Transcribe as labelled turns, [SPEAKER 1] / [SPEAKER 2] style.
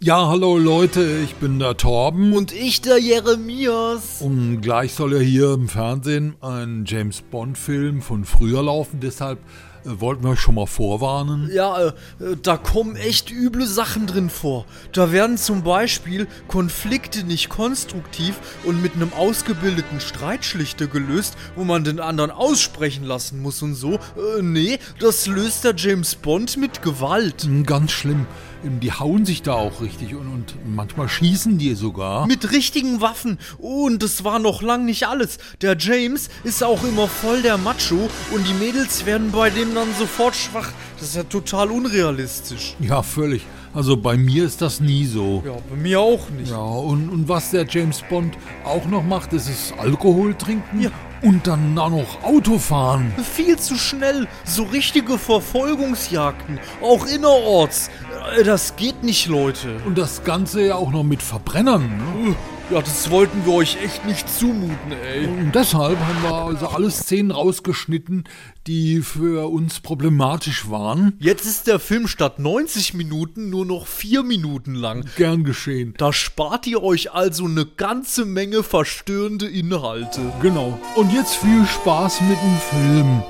[SPEAKER 1] Ja, hallo Leute, ich bin der Torben.
[SPEAKER 2] Und ich, der Jeremias.
[SPEAKER 1] Und gleich soll ja hier im Fernsehen ein James Bond-Film von früher laufen, deshalb äh, wollten wir euch schon mal vorwarnen.
[SPEAKER 2] Ja, äh, äh, da kommen echt üble Sachen drin vor. Da werden zum Beispiel Konflikte nicht konstruktiv und mit einem ausgebildeten Streitschlichter gelöst, wo man den anderen aussprechen lassen muss und so. Äh, nee, das löst der James Bond mit Gewalt.
[SPEAKER 1] Mm, Ganz schlimm. Ähm, Die hauen sich da auch richtig und, und manchmal schießen die sogar.
[SPEAKER 2] Mit richtigen Waffen. Und das war noch lang nicht alles. Der James ist auch immer voll der Macho und die Mädels werden bei dem dann sofort schwach. Das ist ja total unrealistisch.
[SPEAKER 1] Ja, völlig. Also bei mir ist das nie so.
[SPEAKER 2] Ja, bei mir auch nicht.
[SPEAKER 1] Ja, und, und was der James Bond auch noch macht, ist es Alkohol trinken
[SPEAKER 2] Ja.
[SPEAKER 1] und dann auch noch Autofahren.
[SPEAKER 2] Viel zu schnell. So richtige Verfolgungsjagden. Auch innerorts. Äh, Das geht nicht, Leute.
[SPEAKER 1] Und das Ganze ja auch noch mit Verbrennern. Ne?
[SPEAKER 2] Äh, Ja, das wollten wir euch echt nicht zumuten, ey.
[SPEAKER 1] Und deshalb haben wir also alle Szenen rausgeschnitten, die für uns problematisch waren.
[SPEAKER 2] Jetzt ist der Film statt 90 Minuten nur noch 4 Minuten lang.
[SPEAKER 1] Gern geschehen.
[SPEAKER 2] Da spart ihr euch also eine ganze Menge verstörende Inhalte.
[SPEAKER 1] Genau. Und jetzt viel Spaß mit dem Film.